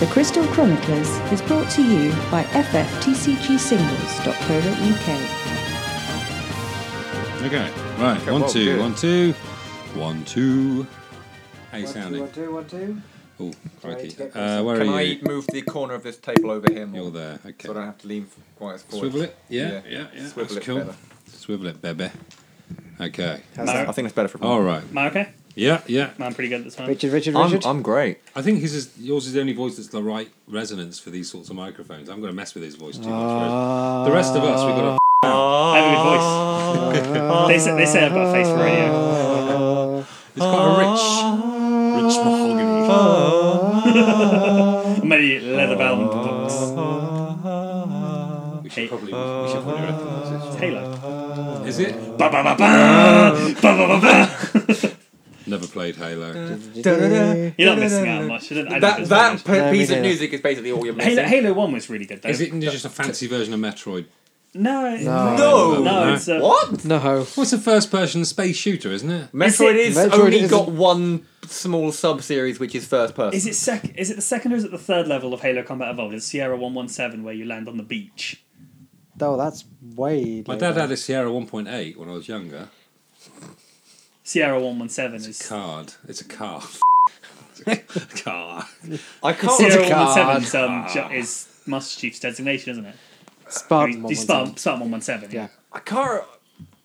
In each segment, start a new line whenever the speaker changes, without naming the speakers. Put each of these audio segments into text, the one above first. The Crystal Chroniclers is brought to you by ffTCgsingles.co.uk.
Okay, right.
Okay,
one,
well,
two,
good.
one, two, one, two. How you
One, two,
sounding?
One, two, one, two.
Oh,
Sorry
crikey.
to get
Uh, where
Can
are
I
you?
move the corner of this table over here more?
You're there. Okay.
So I don't have to lean quite as forward.
Swivel it. Yeah, yeah, yeah.
Swivel
that's
it
cool.
better.
Swivel it, baby. Okay.
How's
I
that?
think that's better for me.
All right.
Am I okay?
Yeah, yeah.
No, I'm pretty good this time.
Richard, Richard,
I'm,
Richard.
I'm great.
I think his is, yours is the only voice that's the right resonance for these sorts of microphones. I'm going to mess with his voice too much. whereas the rest of us, we've got to.
I have a good voice. they, say, they say I've got a face for radio.
It's quite a rich, rich mahogany.
Maybe leather bound books.
We should probably, we should probably recognise
Halo.
it. Is it?
Ba ba ba ba! Ba ba ba ba!
Never played Halo.
You're not missing out much. I didn't, I
That
didn't
that
that,
p-
No, me
piece of
neither.
music is basically all you're missing.
Halo, Halo 1 was really good though.
Is it just a fancy version of Metroid?
No.
No.
No.
No, it's uh, a.
What?
No.
Well, it's a first person space shooter, isn't it?
Metroid
it-
is
Metroid
only
isn't-
got one small sub series, which is first person.
Is it sec? Is it the second or is it the third level of Halo Combat Evolved? It's Sierra One One Seven where you land on the beach.
Oh, that's way.
My dad had a Sierra 1.8 when I was younger.
Sierra One One Seven is
Card. It's a car. car.
I can't.
Sierra
a
One
card.
One Seven is, um, ju- is Master Chief's designation, isn't it?
Spartan.
Do you Spartan One One Seven?
Yeah.
I can't.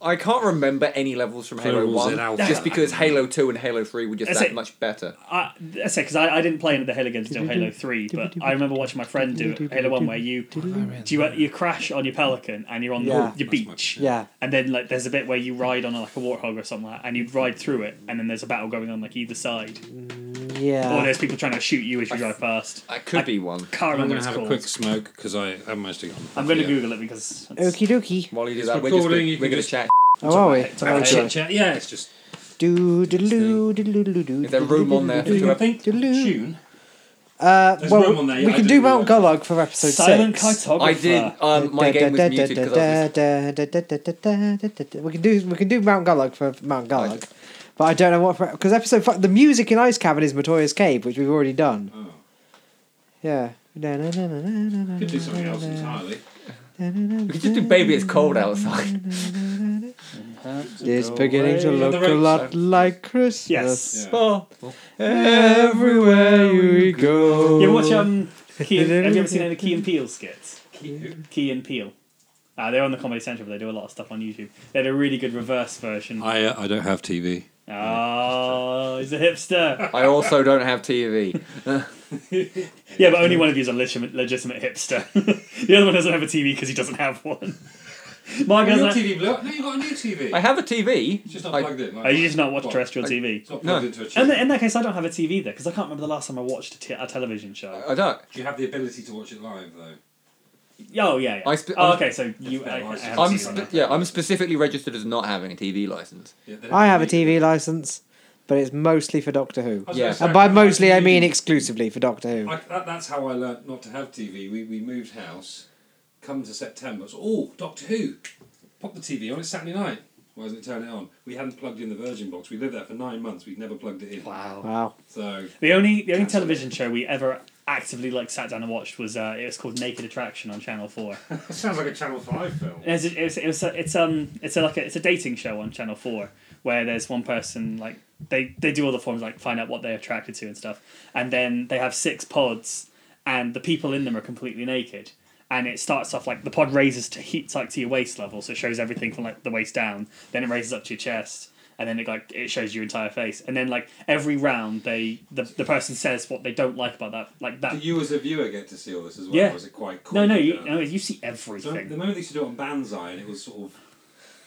I can't remember any levels from Halo
Plurals
One,
in alpha.
just because Halo Two and Halo Three were just
That's
that
it.
much better.
I, I say because I, I didn't play any of the Halo games until Halo Three, but I remember watching my friend do it, Halo One, where you
Oh,
do you, you crash on your Pelican and you're on the,
Yeah.
your beach,
Yeah.
and then like there's a bit where you ride on like a warthog or something, like, and you ride through it, and then there's a battle going on like either side, or
Yeah.
there's people trying to shoot you as you drive past.
That could be one.
Can't
I'm
remember
going to
what it's
have a
called.
quick smoke because I haven't managed to get on.
I'm going to Google it because that's-
Okie dokie.
While you do
It's
that, we're just
recording,
gonna,
you can
we're going to
just-
chat.
Oh, are we?
It's about
Okay.
chit
chat. Yeah, it's just.
Do do do do do do do.
Is there room on there?
Do you
Whoever-
think
Dulu.
June?
Uh,
There's room
well,
on there,
we
yeah, I
can do
didn't
Mount
realise.
Gulag for episode
silent
six.
cartographer.
I did. Um, my game was muted because I was.
We can do we can do Mount Gulag for Mount Gulag, but I don't know what because episode five, the music in Ice Cavern is Matoya's Cave, which we've already done.
Oh.
Yeah.
Could do something else entirely.
We could just do Baby It's Cold Outside.
It's beginning to look a lot like Christmas.
Yes.
Yeah.
Oh.
Everywhere we go.
You ever watch um? Key, have you ever seen any Key and Peel skits? Key and Peel. Ah, they're on the Comedy Central, but they do a lot of stuff on YouTube. They had a really good reverse version.
I, uh, I don't have TV.
Oh, he's a hipster.
I also don't have TV.
Yeah, but only one of you is a legitimate, legitimate hipster. the other one doesn't have a TV because he doesn't have one. Mark
Your
doesn't.
TV blew up. No, you got a new TV.
I have a TV.
It's just not
I-
plugged in.
Oh, you just not watch
What?
terrestrial
I-
TV.
It's not plugged
No.
into a tube.
In, that- in that case, I don't have a TV there because I can't remember the last time I watched a, t- a television show.
I don't.
Do you have the ability to watch it live though?
Oh yeah, yeah.
I sp-
oh,
I'm-
okay, so you. I, I have a
I'm
TV on
spe-
that.
yeah, I'm specifically registered as not having a TV license.
Yeah, they don't
I have a
need it.
TV license, but it's mostly for Doctor Who.
I was
Yeah.
gonna say,
And by
I-
mostly, I mean
TV
exclusively for Doctor Who.
I, that, that's how I learnt not to have TV. We, we moved house, come to September. It's, oh, Doctor Who. Pop the TV on, it's Saturday night. Why doesn't it turn it on? We hadn't plugged in the Virgin box. We lived there for nine months. We'd never plugged it in.
Wow.
Wow.
So,
The only the only television show we ever actively like sat down and watched was uh, it was called Naked Attraction on Channel Four.
that sounds like a Channel 5 film.
It's it was, it was, it's um it's a, like a, it's a dating show on Channel Four where there's one person like they they do all the forms like find out what they're attracted to and stuff, and then they have six pods, and the people in them are completely naked. And it starts off like the pod raises to heat like to your waist level, so it shows everything from like the waist down. Then it raises up to your chest, and then it like it shows your entire face. And then like every round, they the, the person says what they don't like about that like
Do
that.
you as a viewer get to see all this as well?
Yeah.
Or is it uh, quite cool?
No, no, you, no, you see everything.
the moment they used to do it on Banzai, and it was sort of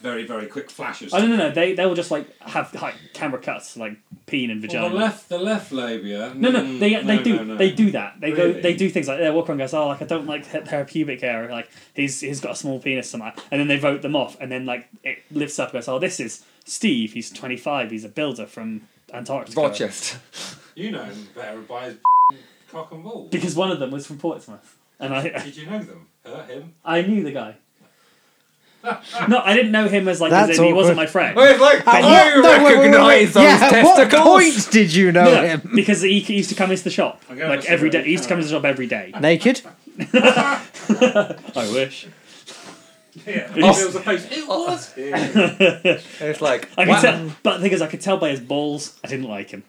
very, very quick flashes.
Oh no no no! They they will just like have like camera cuts like peen and vagina.
Well, the left, the left labia.
no no
Mm,
they they
no,
do
no, no.
they do that they go
Really?
they do things like they walk around and goes oh like I don't like her, her pubic hair or, like he's he's got a small penis somewhere and then they vote them off and then like it lifts up and goes oh this is Steve he's twenty five he's a builder from Antarctica
Rochester.
You know him better by his cock and ball.
because one of them was from Portsmouth and I
Did you know them? Her, him?
I knew the guy No, I didn't know him as like
That's
as in, he wasn't
awkward.
my friend.
I was Oh, like,
At
I
what- Uh, no, wait, wait, wait,
recognise
wait.
those
yeah, At what
testicles.
point did you know
No,
him?
because he, he used to come into the shop
Okay,
like
that's
every
alright.
day. He used to come into the shop every day.
Naked?
I wish.
Yeah, it was a face. It was. Yeah.
It's like,
I could
wow.
tell, but the thing is, I could tell by his balls, I didn't like him.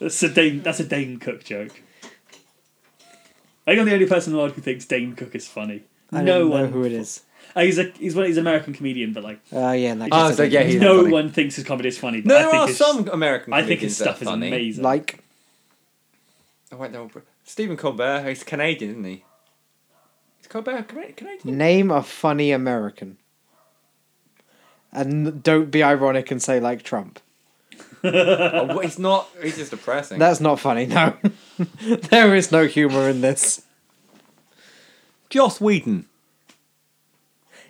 that's a Dane. That's a Dane Cook joke. I think I'm the only person in the world who thinks Dane Cook is funny.
I
no
don't know
one.
who it is.
Uh, he's a he's one. He's an American comedian, but like
Oh, yeah. Like,
Oh, so yeah, he's
no
funny.
one thinks his comedy is funny. But
No,
I
there
think
are
his,
some American.
I think his
comedians that are
stuff is
funny.
amazing.
like,
Oh wait, no, Br- Stephen Colbert. He's Canadian, isn't he? Is Colbert Cana- Canadian?
name a funny American. And don't be ironic and say like Trump.
oh, well, he's not. He's just depressing.
That's not funny, no. there is no humour in this.
Joss Whedon.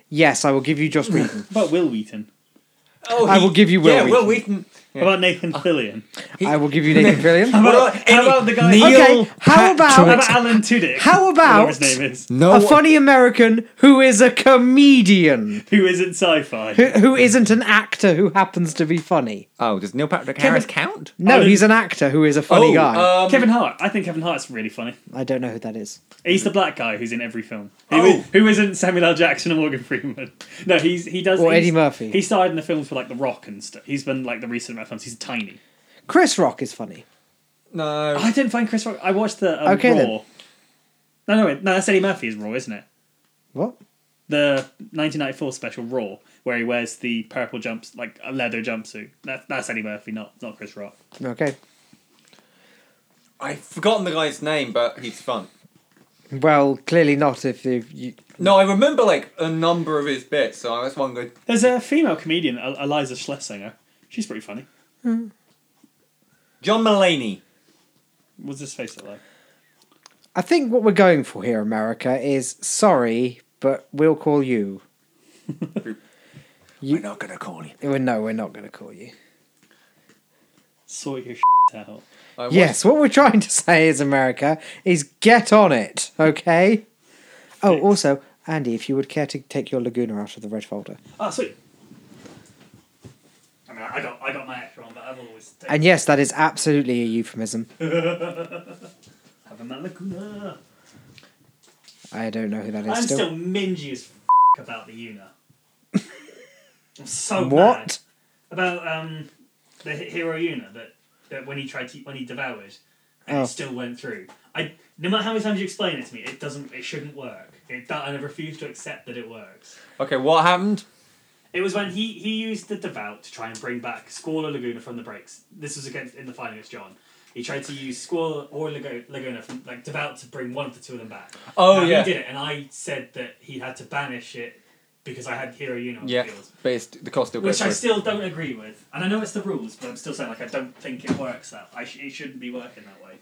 Yes, I will give you Joss Whedon.
what about Will Wheaton?
Oh,
I will give you Will
yeah, Will
Wheaton.
Wheaton.
What about Nathan Fillion?
I will give you Nathan Fillion.
What
How
about
about, how
any-
about the guy?
Neil
Okay, how
How
about
about Alan Tudyk?
How about-
whatever his name is?
No,
a funny American who is a comedian?
Who isn't sci-fi?
Who, who isn't an actor who happens to be funny?
Oh, does Neil Patrick Harris count?
No,
Alan-
he's an actor who is a funny
oh,
guy.
Um,
Kevin Hart. I think Kevin Hart's really funny.
I don't know who that is.
He's the black guy who's in every film. Who,
Oh.
who isn't Samuel L. Jackson and Morgan Freeman? No, he's he does.
Or
he's-
Eddie Murphy.
He starred in the films for like The Rock and stuff. He's been like the recent amount of films. He's tiny.
Chris Rock is funny.
no.
I didn't find Chris Rock. I watched the um,
Okay,
Raw.
then.
No, no, wait, no. That's Eddie Murphy is Raw, isn't it?
What?
The 1994 special Raw, where he wears the purple jumps like a leather jumpsuit. That, that's Eddie Murphy, not not Chris Rock.
Okay.
I've forgotten the guy's name, but he's fun.
Well, clearly not if you. you
No, I remember like a number of his bits, so that's one good.
There's a female comedian, El- Eliza Schlesinger. She's pretty funny.
John Mulaney.
What's his face look like?
I think what we're going for here, America, is sorry, but we'll call you.
We're not gonna call him.
Well, No, we're not going to call you.
Sort your out.
I watched-
Yes, what we're trying to say is, America, is get on it, okay? Oh, also, Andy, if you would care to take your Laguna out of the red folder.
Ah, sweet. I mean, I got I got my extra one, but I've always taken
And yes, that is absolutely a euphemism.
having that Laguna.
I don't know who that
I'm
is
still,
still.
mingy as f- about the Una. I'm so mad
What?
about um the he- hero Una that, that when he tried to when he devoured and
Oh.
it still went through. I no matter how many times you explain it to me, it doesn't. It shouldn't work. It, that, I refuse to accept that it works.
Okay, what happened?
It was when he, he used the devout to try and bring back Squall or Laguna from the breaks. This was against in the final against John. He tried to use Squall or Lago- Laguna from like devout to bring one of the two of them back.
Oh,
Now,
yeah.
he did it, and I said that he had to banish it because I had Hero Uno on
Yeah,
the field,
but it's, the cost still goes
which I
through.
still don't agree with. And I know it's the rules, but I'm still saying like I don't think it works that. I sh- it shouldn't be working that way.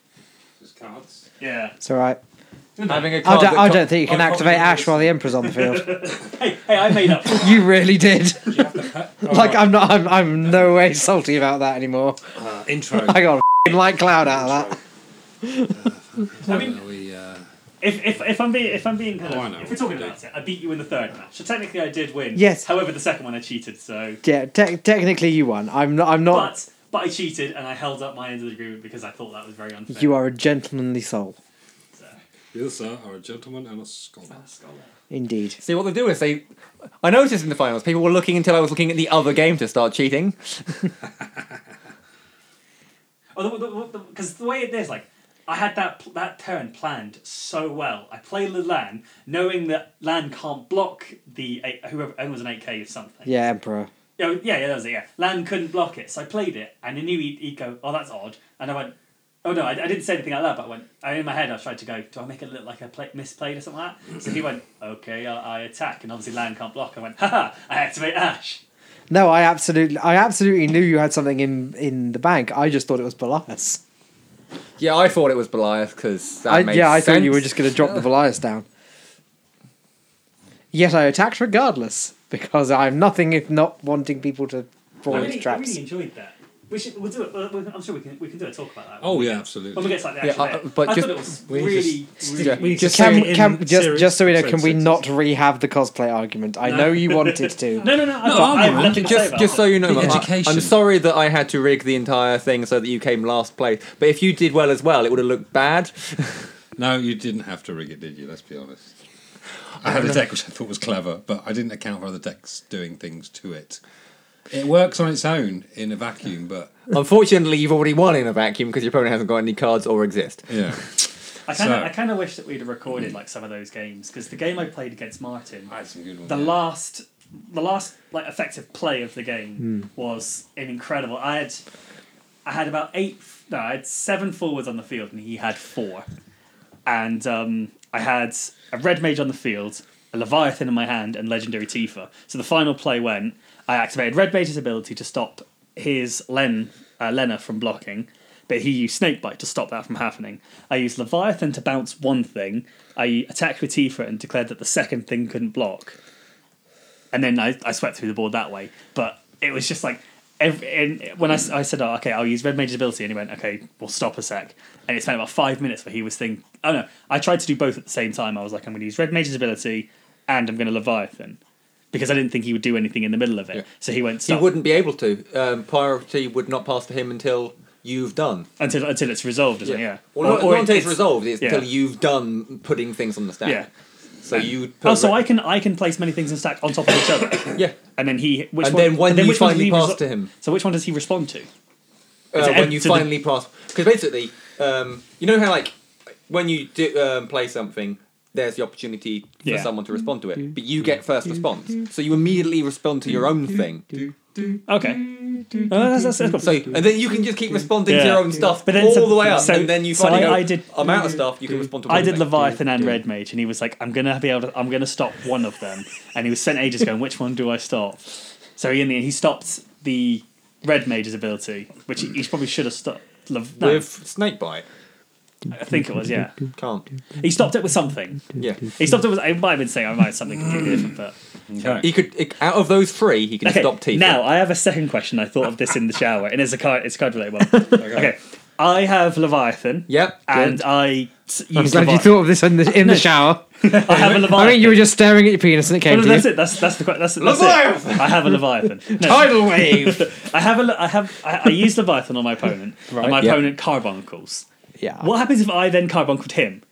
Just cards.
Yeah.
It's alright.
Having a
I
card
don't,
that
I
co-
don't think you can
oh,
activate
oh,
Ash while the Emperor's on the field.
Hey, hey, I made up.
you really did.
Did you have to pet? Oh,
Like,
right.
I'm not, I'm, I'm no way salty about that anymore.
uh, intro.
I got a f***ing light cloud out of that.
I mean-
Where we, uh,
If, if, if I'm being if I'm being kind
Oh, I
of,
know.
if we're talking about it, I beat you in the third match. So technically, I did win.
Yes.
However, the second one I cheated. So,
Yeah, te- technically you won. I'm not, I'm not.
but but I cheated and I held up my end of the agreement because I thought that was very unfair.
You are a gentlemanly soul.
So,
you, sir, are a gentleman and a scholar.
Indeed.
See what they do is they. I noticed in the finals, people were looking until I was looking at the other game to start cheating.
Because Oh, the, way it is, like I had that pl- that turn planned so well. I played the Lan, knowing that Lan can't block the eight, whoever it was an eight K or something.
Yeah, Emperor.
Yeah, yeah, yeah, that was it. Yeah, Lan couldn't block it, so I played it, and I knew he'd, he'd go, "Oh, that's odd," and I went, "Oh no," I, I didn't say anything out loud, but I went, I, in my head, I tried to go, "Do I make it look like I play, misplayed or something like that?" So he went, "Okay, I, I attack," and obviously Lan can't block. I went, "Haha, I activate Ash."
No, I absolutely, I absolutely knew you had something in in the bank. I just thought it was Belias.
Yeah, I thought it was Belias because that
I,
made
yeah, I
sense.
thought you were just going to drop the Belias down. Yet I attacked regardless because I'm nothing if not wanting people to fall
I
into
really, I
traps.
really enjoyed that. We should. We'll do it. We'll, we'll- I'm sure we can. We can do a talk about that.
Oh yeah,
When we
absolutely.
get to like the
Yeah,
actual.
I-
bit. I,
but
thought
just-
it was
we
really.
just-
really
yeah,
We need to
just
say
Can,
it in
can just
serious
just so we know, can we
sentences.
not rehab the cosplay argument? I
No.
know you wanted to.
No, no, no.
No,
I've got, I have
argument.
nothing to say
Just,
about
just so
it.
you know,
The
I,
education.
I'm sorry that I had to rig the entire thing so that you came last place. But if you did well as well, it would have looked bad.
No, you didn't have to rig it, did you? Let's be honest. I had a deck which I thought was clever, but I didn't account for other decks doing things to it. It works on its own in a vacuum, but
Unfortunately, you've already won in a vacuum because your opponent hasn't got any cards or exist.
yeah,
I kind of,
So-
I kind of wish that we'd have recorded like some of those games because the game I played against Martin,
I had some good ones.
the
yeah.
last, the last like effective play of the game was an incredible. I had, I had about eight. No, I had seven forwards on the field, and he had four. And um, I had a red mage on the field, a leviathan in my hand, and legendary Tifa. So the final play went. I activated red mage's ability to stop his Len uh, Lena from blocking. But he used Snakebite to stop that from happening. I used Leviathan to bounce one thing. I attacked with Tifa and declared that the second thing couldn't block and then I, I swept through the board that way. But it was just like every, and when I, s- I said, "Oh, okay, I'll use Red Mage's ability," and he went, "Okay, we'll stop a sec." And it spent about five minutes where he was thinking, "Oh no!" I tried to do both at the same time. I was like, "I'm going to use Red Mage's ability, and I'm going to Leviathan," because I didn't think he would do anything in the middle of it.
Yeah.
So he went,
He
"Stop."
wouldn't be able to. Um, priority would not pass to him until you've done.
until until it's resolved, isn't it? Yeah.
Well, not, not until it's,
it's-
resolved. It's
yeah.
until you've done putting things on the stack.
Yeah.
So you. Put
Oh, so
re-
I can I can place many things in stack on top of each other.
Yeah.
And then he, which
And
one,
then when
and then
you
which one does
finally
he
pass
resol-
to him.
So which one does he respond to?
uh,
it
when you
to the-
finally pass because basically um, you know how like when you do, um, play something there's the opportunity for
Yeah.
someone to respond to it but you get first response so you immediately respond to your own thing
Okay. Oh, that's, that's, that's cool.
so and then you can just keep responding to
Yeah.
your own stuff but
But then
all
so-
the way up
so-
and then you
so
finally
I-
go
I did-
I'm out of stuff you can respond to
I
one
did
thing."
Leviathan and Red Mage, and he was like, "I'm gonna be able to. I'm gonna stop one of them." And he was sent ages going, "Which one do I stop?" So in the end, he stopped the Red Mage's ability, which he, he probably should have stopped. Lev- no,
with Snakebite
I think it was yeah.
can't
He stopped it with something.
yeah
He stopped it with. I might have been saying I might have something completely different, but
Okay.
he could it, out of those three he can
okay.
stop Tifa
Now I have a second question. I thought of this in the shower, and it's a card. It's a card related one. okay. I have Leviathan.
Yep,
And
good.
I s- use
I'm glad you
Levi-
thought of this in the in the shower.
I have a Leviathan.
I mean, you were just staring at your penis and it
No,
came
no,
to
that's
you.
it. That's that's the que- that's, that's
Leviathan!
it. I have a Leviathan. No,
Tidal wave.
I have a le- I have I, I use Leviathan on my opponent, and my
yeah.
opponent carbuncles.
yeah.
What happens if I then carbuncled him?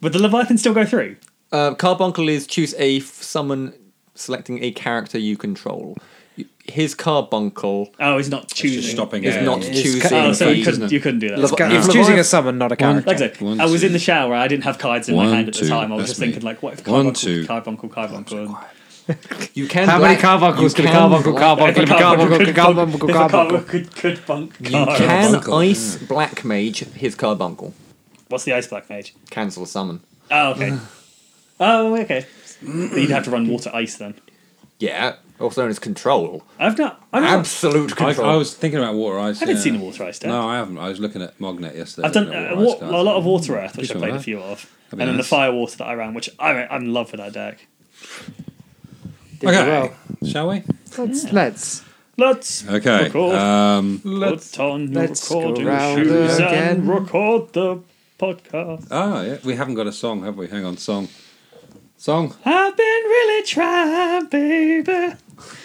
Would the Leviathan still go through?
Uh, Carbuncle is choose a f- summon selecting a character you control. You- His Carbuncle
Oh, he's not choosing.
just stopping
is
Yeah,
not
it's
choosing.
ca-
Oh, so
the-
you couldn't, you couldn't do that.
Levi-
Go-
No.
It's
Levi-
choosing a summon, not a character.
like I said,
One,
I was
two.
in the shower. I didn't have cards in my
One,
hand at the
two.
time. I was
That's
just thinking,
me.
like, what
One,
if carbuncle,
two.
carbuncle, carbuncle?
You can.
How many
black-
carbuncles
you
could a
can
carbuncle,
black-
carbuncle, carbuncle, carbuncle,
If a
carbuncle?
could, could bunk
You
cards.
can
Carbuncle.
ice Black Mage his Carbuncle.
What's the ice black mage?
Cancel a summon.
Oh, okay. oh, okay. But you'd have to run water ice then.
Yeah, also known as control.
I've not. I've not
Absolute
I,
control.
I was thinking about water ice.
I haven't
yeah.
seen a water ice deck.
No, I haven't. I was looking at Mognet yesterday.
I've done
looking at
uh,
water ice
wa-
cards.
a lot of Water Earth, which I
Pretty
played a
sure,
few of,
That'd
and
be
then the
nice.
Fire Water that I ran, which I'm I'm in love with that deck.
Okay,
Well,
shall we?
let's let's
Let's
Okay.
record.
Um,
let's, put on your
let's go
recording
round
shoes
again.
and record the podcast.
ah, yeah. We haven't got a song, have we? Hang on, song. Song.
I've been really trying, baby,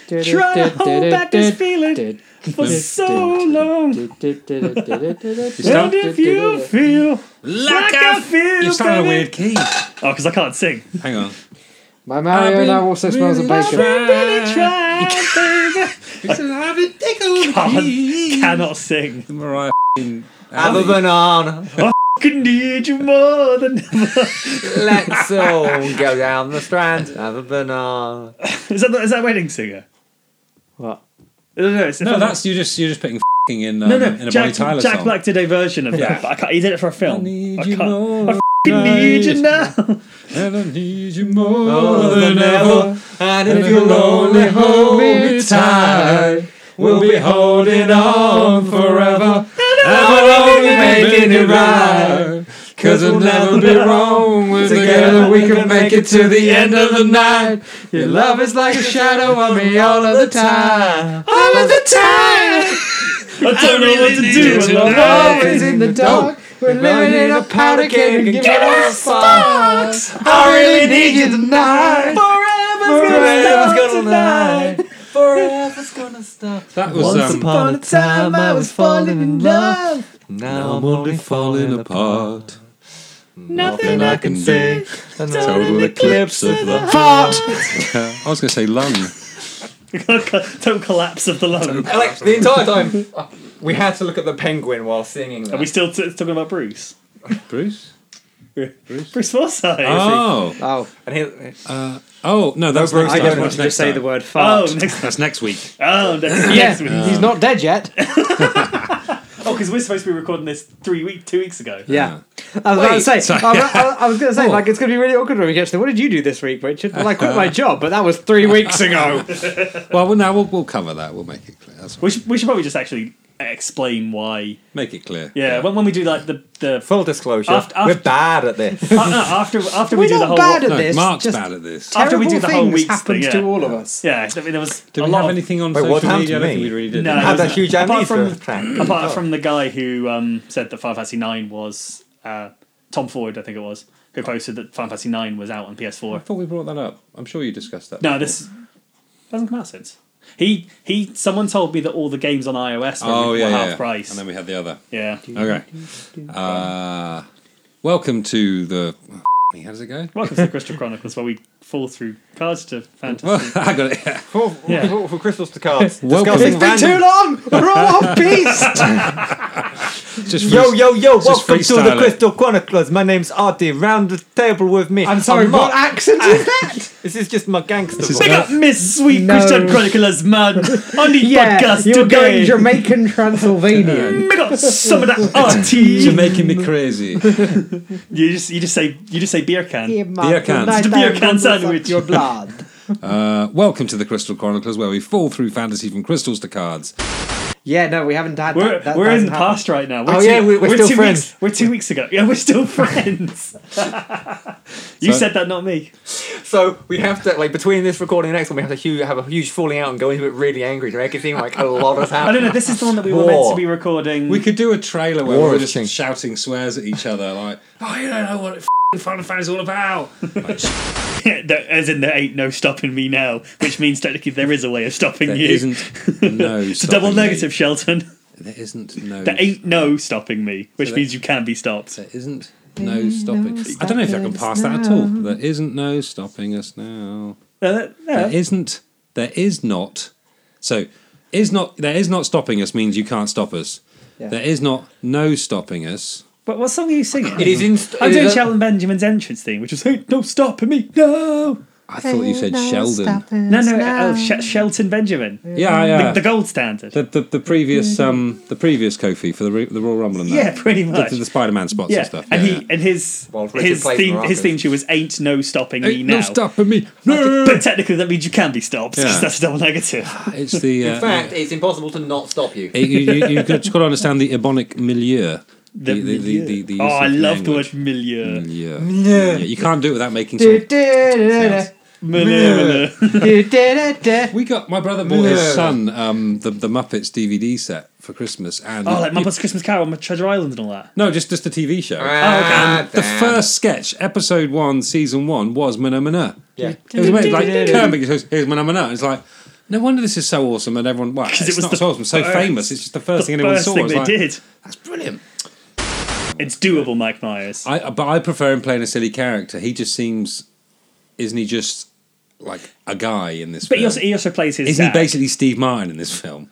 trying to hold back this feeling for so long. And if you feel like I feel,
You sound in a
baby-
weird key.
Oh, because I can't sing.
Hang on.
My Mario now also smells of
I've
bacon.
been really trying, baby. I cannot sing.
Mariah f***ing
Have a
Alley.
banana.
Could need you more than ever.
Let's all go down the strand. Have a banana.
Is that the- is that wedding singer?
What?
No, no, it's-
No, that's you just you're just putting f***ing in um,
no, no.
in a
Jack,
Bonnie Tyler
Jack
song.
Black did a version of
Yeah.
that, but I can't, he did it for a film.
I need
I
you
can't.
more.
I f***ing need you now.
And I need you more
More
than ever.
And
Oh, And if you're lonely, hold me tight. We'll be holding on forever. And we'll only be making it right. Cause it'll never be wrong. We're
Together we can make it to the end of the night. Your love is like a shadow on me all of the time. All of the time.
I don't know what to do.
We're
with my life.
always in the dark. We're living in a powder keg. and Give us sparks. I really need you tonight.
Forever's
Forever's
gonna
gonna
stop tonight. Forever's gonna stop.
That was
Once
um,
upon a time I was falling in love. Now
I'm only falling apart.
Nothing I can say.
Total eclipse of the
Fart.
I was going to say lung.
Total collapse of the lung.
Alex, the entire time uh, we had to look at the penguin while singing. That.
Are we still t- talking about Bruce?
Bruce?
Bruce Forsyth.
Oh.
Oh,
and he,
Uh, oh, no, that's next
Bruce, I
I
time.
don't
don't
want
That's
to
next
just say
time.
the word
Oh,
fart.
next,
That's next week.
oh, next, next week.
He's not dead yet.
Oh, because we're supposed to be recording this three week, two weeks ago.
Yeah. I was
Wait,
going to say,
sorry.
I, I- I was going to say,
Oh.
like, it's going to be really awkward when we get to the, what did you do this week, Richard? Well, I quit my job, but that was three weeks ago.
Well, well, no, we'll, we'll cover that. We'll make it clear. That's
We should, we should probably just actually explain why.
Make it clear.
Yeah, when, when we do like the the
full disclosure,
After-
we're bad at this.
uh, no, after after we
We're
do the
not
whole
bad
No,
at this.
Mark's
just
bad at this.
After we do
terrible
the whole
things
weeks
happens
thing,
to
yeah.
all of us.
yeah, I mean, there was
Do
a
we
lot
have
of-
anything on
Wait, what
social
happened
media? I
to
don't think
me?
we really did.
No,
did we?
it
had that
wasn't-
huge
apart
Andy
from-
track.
Oh.
apart from the guy who um, said that Final Fantasy Nine was uh, Tom Ford, I think it was, who posted that Final Fantasy Nine was out on
I
PS4.
thought we brought that up. I'm sure you discussed that.
No, this hasn't come out since. He he. Someone told me that all the games on iOS were,
Oh
were
yeah,
half
yeah.
price.
And then we had the other.
yeah.
Okay. Uh, welcome to the. How does it go?
Welcome to the Crystal Chronicles, where we fall through cards to fantasy.
Well, I got it.
For,
Yeah.
for, for crystals to cards.
Welcome.
discussing
It's been too
random-
long. We're all off piste.
Just
Yo, yo, yo,
just
welcome to the
freestyling.
Crystal Chronicles. My name's Artie. Round the table with me.
I'm sorry.
I'm
What
Mark.
accent is that?
This is just my gangster
This is-
Pick
voice.
up Miss Sweet
No.
Christian Chronicles, man, on the podcast
you're going
today.
Jamaican Transylvanian.
Make up some of that RT.
making me crazy.
you just you just say you just say beer can.
Here, Mark,
Beer can.
tonight
It's a
I
beer can
want to suck
sandwich.
Your blood.
Uh, welcome to the Crystal Chronicles, where we fall through fantasy from crystals to cards.
Yeah, no, we haven't had
We're,
that. that
we're in
hasn't
the
happened.
past right now. We're
Oh,
two-
yeah, we- we're still
two
friends.
Weeks, we're two weeks ago. Yeah, we're still friends. you
So-
said that, not me.
So we have to like between this recording and the next one, we have to hu- have a huge falling out and go into it really angry to make it seem like a lot has
I
happened.
don't know. This is the one that we were
War.
meant to be recording.
We could do a trailer where
War
we're
is
just
king.
shouting swears at each other, like, "Oh, you don't know what f***ing Final Fantasy's all about." Like,
There- As in, there ain't no stopping me now, which means technically there is a way of stopping
there
you.
isn't no.
it's a double
stopping
negative,
Me.
Shelton.
There isn't no.
There ain't no stopping me, which
So that-
means you can be stopped.
There isn't no stopping. I don't know if I can
stopping us
pass that at all. There isn't no stopping us now.
No, that- no.
There isn't. There is not. So, is not. There is not stopping us means you can't stop us.
Yeah.
There is not no stopping us.
What, what song are you singing?
It is in.
I'm
it
doing
is a-
Shelton Benjamin's entrance theme, which is "Hey, no stopping me, no."
I thought you said Sheldon.
No, no, oh, Sh- Shelton Benjamin,
Yeah, yeah.
the, the gold standard.
Uh, The, the, the previous um the previous Kofi for the Ro- the Royal Rumble and
yeah,
that.
pretty much.
uh, the, the Spider Man spots
yeah,
and stuff.
and
yeah,
he and his
While Richard
his
plays
theme
maracas.
his theme tune was "Ain't No Stopping
yeah.
Me
Ain't
Now."
no stopping me. No,
But technically, that means you can be stopped because
Yeah.
that's a double negative.
it's the uh,
In fact, it's impossible to not stop you.
it- Eh, you, you, you've got to understand the ebonic milieu.
The milieu.
use
oh, I
of
love the
language.
word milieu.
Milieu.
Milieu.
Yeah, you can't do it without making
Du-
some.
du- du-
Milieu, milieu.
du- du- du- du- du.
We got my brother bought his
Milieu.
son um, the the Muppets DVD set for Christmas, and
Oh, like Muppets Christmas Carol, Treasure Island, and all that.
no, just just the TV show.
Ah,
The
damn.
first sketch, episode one, season one, was Mana Mana.
Yeah.
It was amazing. Like Kermit goes, "Here's Mana Mana." It's like, no wonder this is so awesome, and everyone, wow, it's
it was
not
the
so awesome, so
first-
famous. It's just the first
The
thing anyone
first
saw.
thing
It's
they
like,
did.
That's brilliant.
It's doable, Mike Myers.
I, but I prefer him playing a silly character. He just seems, isn't he just like a guy in this?
But
film?
he also, he also plays his.
Isn't he
dad.
basically Steve Martin in this film?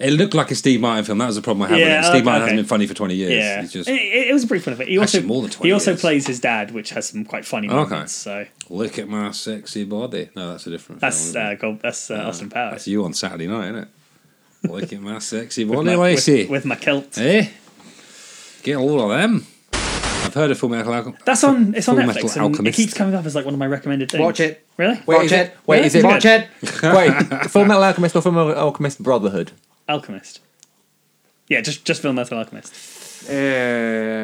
It looked like a Steve Martin film. That was the problem I had
Yeah,
with it. Steve
okay,
Martin hasn't
okay.
been funny for 20 years.
Yeah, Eh.
He's just,
it, it- it was a brief one of it. He also
Actually, more than 20
he also
years.
plays his dad, which has some quite funny
Okay.
moments. So
look at my sexy body. No, that's a different
that's
film.
uh,
isn't
Gold, that's uh,
it?
Austin Powers.
That's you on Saturday night, isn't it? look at my sexy
with,
body,
my, with,
Lacey.
with my kilt.
Eh? Get all of them. I've heard of Full Metal Alchemist.
That's on. It's on
Full
Netflix.
Metal
And it
Alchemist.
keeps coming up as like one of my recommended things.
Watch it.
Really?
Wait,
Watch
is it?
it.
Wait, is it?
Yeah.
Watch it.
Wait, Full Metal Alchemist or Full Metal Alchemist Brotherhood?
Alchemist. Yeah, just just film Metal Alchemist.
Uh,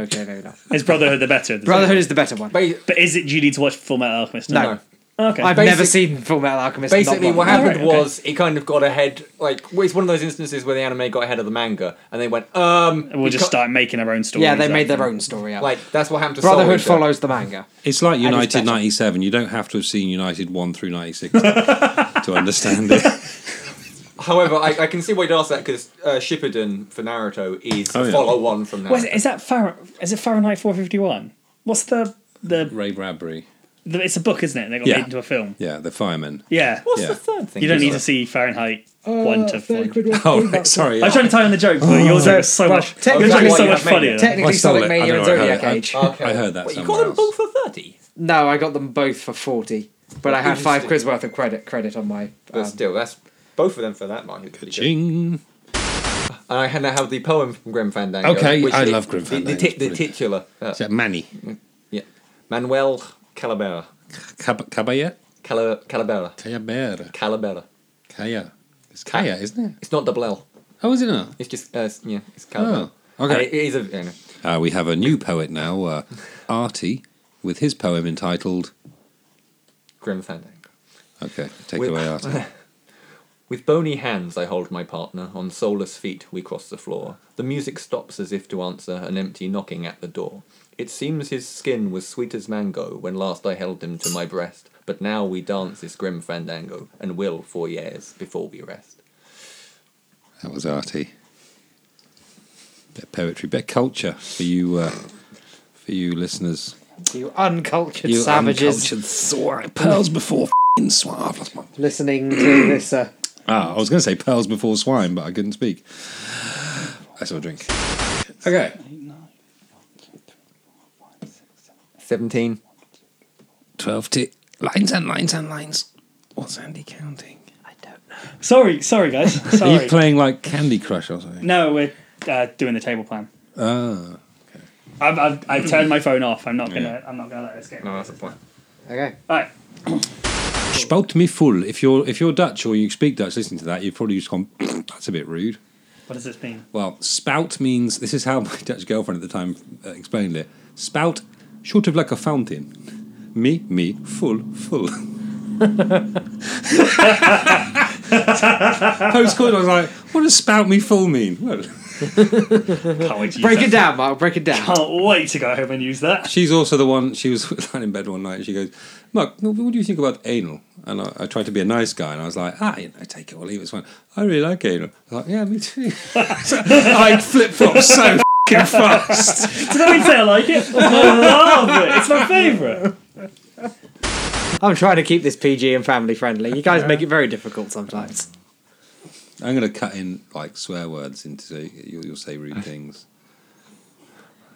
okay, no, no.
Is Brotherhood the better? of the two?
Brotherhood is the better one.
Wait,
But is it? Do you need to watch Full Metal Alchemist? Oh,
No.
no.
Okay.
I've
I've,
Basic-
never seen Full Metal Alchemist. and not
Basically,
loved
what
it.
happened
Alright, okay.
was it kind of got ahead. Like, well, it's one of those instances where the anime got ahead of the manga, and they went, um,
we'll
we
just
can't-
start making our own story.
Yeah, they made their own story up.
Like, that's what happened to Soul
Brotherhood
Eater.
follows the manga.
It's like
it's
United
better.
97. You don't have to have seen United 1 through 96 to understand it.
However, I, I can see why you'd ask that because uh, Shippuden for Naruto is
Oh, yeah.
follow on from that.
Well, is, it- is that Far- is it Fahrenheit 451? What's the the,
Ray Bradbury.
the it's a book, isn't it? And they got
Yeah.
made into a film.
Yeah, the fireman.
Yeah.
What's
Yeah.
the third thing?
You don't need to
Is
see Fahrenheit one to four.
Oh, right, sorry.
I was trying to tie on the joke,
Oh.
but yours are so much.
technically-
yours are
Why
so
you
much
have made
funnier.
it.
I
Technically,
stole it.
Sonic
I
Mania
don't
and
know, I
Zodiac
heard-
Age.
it- okay.
I heard that
Wait, you
somewhere
got them
else.
both for thirty,
No, I got them both for forty, but I had five
Interesting.
quid's worth of credit credit on my.
but
um,
still, that's both of them for that market.
Ching.
And I had to have the poem from Grim Fandango.
Okay,
which
I
is-
love Grim
the-
Fandango,
The, tit-
it's
the
brilliant.
titular, uh,
Is that Manny?
yeah, Manuel Calabera,
Cab- Caballero?
Cala, Calabera,
Caballero.
Calabera.
Kaya. It's Kaya, isn't it?
It's not double L.
Oh, is it not?
It's just uh, yeah, it's Calabera.
Oh, okay.
And it is a. You know,
Uh, we have a new poet now, uh, Artie, with his poem entitled.
Grim Fandango.
Okay, take
We-
away Artie.
With bony hands I hold my partner, on soulless feet we cross the floor. The music stops as if to answer an empty knocking at the door. It seems his skin was sweet as mango when last I held him to my breast, but now we dance this grim fandango, and will for years before we rest.
That was Artie. Bit of poetry, bit of culture for you, uh, for you listeners.
You uncultured
You
savages
uncultured swine. Pearls before f***ing swine.
listening to this. Uh,
Ah, I was going to say pearls before swine, but I couldn't speak. I saw a drink. Okay.
17.
12 to lines and lines and lines. What's Andy counting?
Sorry, sorry, guys.
Are you
Sorry.
playing like Candy Crush or something?
no, we're uh, doing the table plan.
Ah.
I've, I've, I've turned my phone off. I'm not gonna.
Yeah.
I'm not gonna let this get.
No, that's the point.
okay.
All right.
Spout me full. If you're if you're Dutch or you speak Dutch, listening to that, you've probably just gone. That's a bit rude.
What does this mean?
Well, spout means this is how my Dutch girlfriend at the time uh, explained it. Spout, sort of like a fountain. Me, me, full, full. Post I was like, what does spout me full mean? Well,
Can't wait to use
Break
that.
it down, Mark. Break it down.
Can't wait to go home and use that.
she's also the one. She was lying in bed one night. and She goes, "Mark, what do you think about anal?" And I, I tried to be a nice guy, and I was like, "Ah, you know, take it or leave it." It's fine. I really like anal. I was like, "Yeah, me too." I flip flop so fing fast.
Did I say I like it? I love it. It's my favourite.
I'm trying to keep this PG and family friendly. You guys make it very difficult sometimes.
I'm going to cut in like swear words into so you'll, you'll say rude things.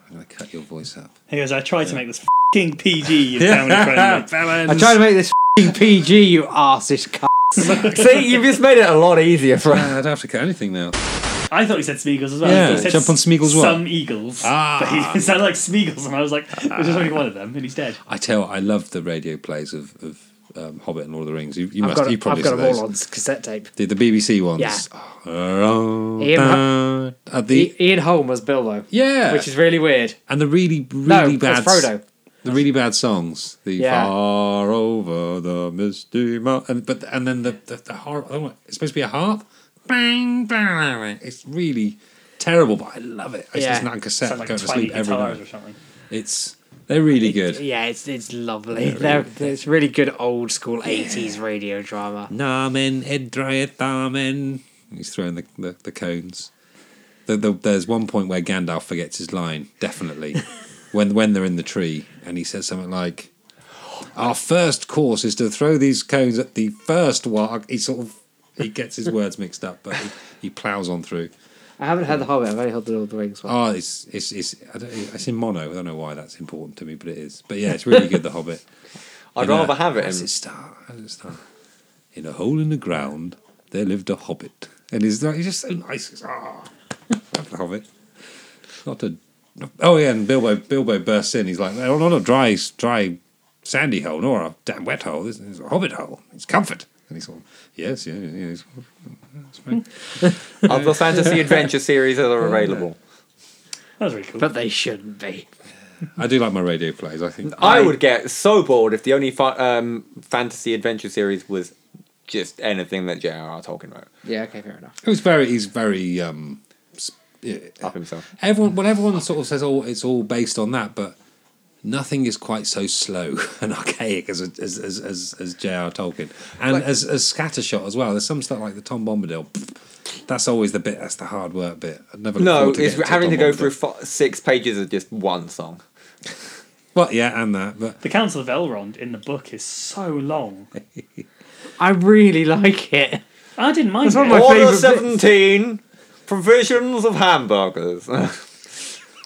I'm going to cut your voice up.
He goes. I tried to make this fing PG. You family friendly.
I try to make this fing PG, you arsish cunt.
See, you've just made it a lot easier for
I don't have to cut anything now.
I thought he said Smeagles as well.
Yeah,
He said
jump on Smeagles what?
Some eagles.
Ah.
But he sounded like Smeagles, and I was like, there's only one of them, and he's dead.
I tell. I love the radio plays of, of um, Hobbit and Lord of the Rings. You, you
I've
must.
got,
you
a,
probably
I've got
saw
them all
those.
on cassette tape.
The, the BBC ones. Oh,
Yeah.
Around
Ian
the- uh,
I-
the,
Ian Holm was Bilbo,
yeah,
which is really weird.
and the really
No,
really bad
that's Frodo.
the really bad songs. The
Yeah.
far over the misty mountain, but and then the the, the horror. I don't know, it's supposed to be a harp. Bang, bang. It's really terrible, but I love it. I used to
Yeah.
listen to that on cassette,
Sound like
go to
20
sleep every
guitars or
night.
something.
It's they're really good.
Yeah, it's it's lovely. They're, it's really good old school '80s radio drama.
Namen Edriathamen. He's throwing the, the, the cones. The, the, there's one point where Gandalf forgets his line, definitely, when when they're in the tree, and he says something like, "Our first course is to throw these cones at the first warg." He sort of he gets his words mixed up, but he, he plows on through.
I haven't heard the Hobbit. I've only heard the Lord of the Rings one.
Oh, it's it's it's I don't, it's in mono. I don't know why that's important to me, but it is. But yeah, it's really good. The Hobbit.
I'd
In a-
rather have it
How does it
in.
start? How does it start? In a hole in the ground, there lived a hobbit, and he's, like- he's just so nice. It's, ah, love the hobbit. Not a. Oh yeah, and Bilbo Bilbo bursts in. He's like, "Well, not a dry, dry, sandy hole, nor a damn wet hole. This is a hobbit hole. It's comfort." And he's sort of, "Yes, yeah, yeah." He's, that's fine."
Of the fantasy adventure series that are available.
That was really cool.
But they shouldn't be.
I do like my radio plays. I think
I would get so bored if the only fa- um, fantasy adventure series was just anything that J.R.R. Tolkien wrote
Yeah, okay, fair enough.
It was very. He's very. Um, sp- yeah.
up himself.
everyone. Well, everyone sort of says, "Oh, it's all based on that," but nothing is quite so slow and archaic as as as as, as J.R. Tolkien and as as scattershot as well. There's some stuff like the Tom Bombadil. That's always the bit. That's the hard work bit. I never. look
No,
forward
it's
getting
having to
Tom
go
Bombadil.
through fo- six pages of just one song.
Well, yeah, and that, but
The Council of Elrond in the book is so long.
I really like it.
I didn't mind
That's one
it.
of my-
Order
favourite bits.
17 Provisions of Hamburgers.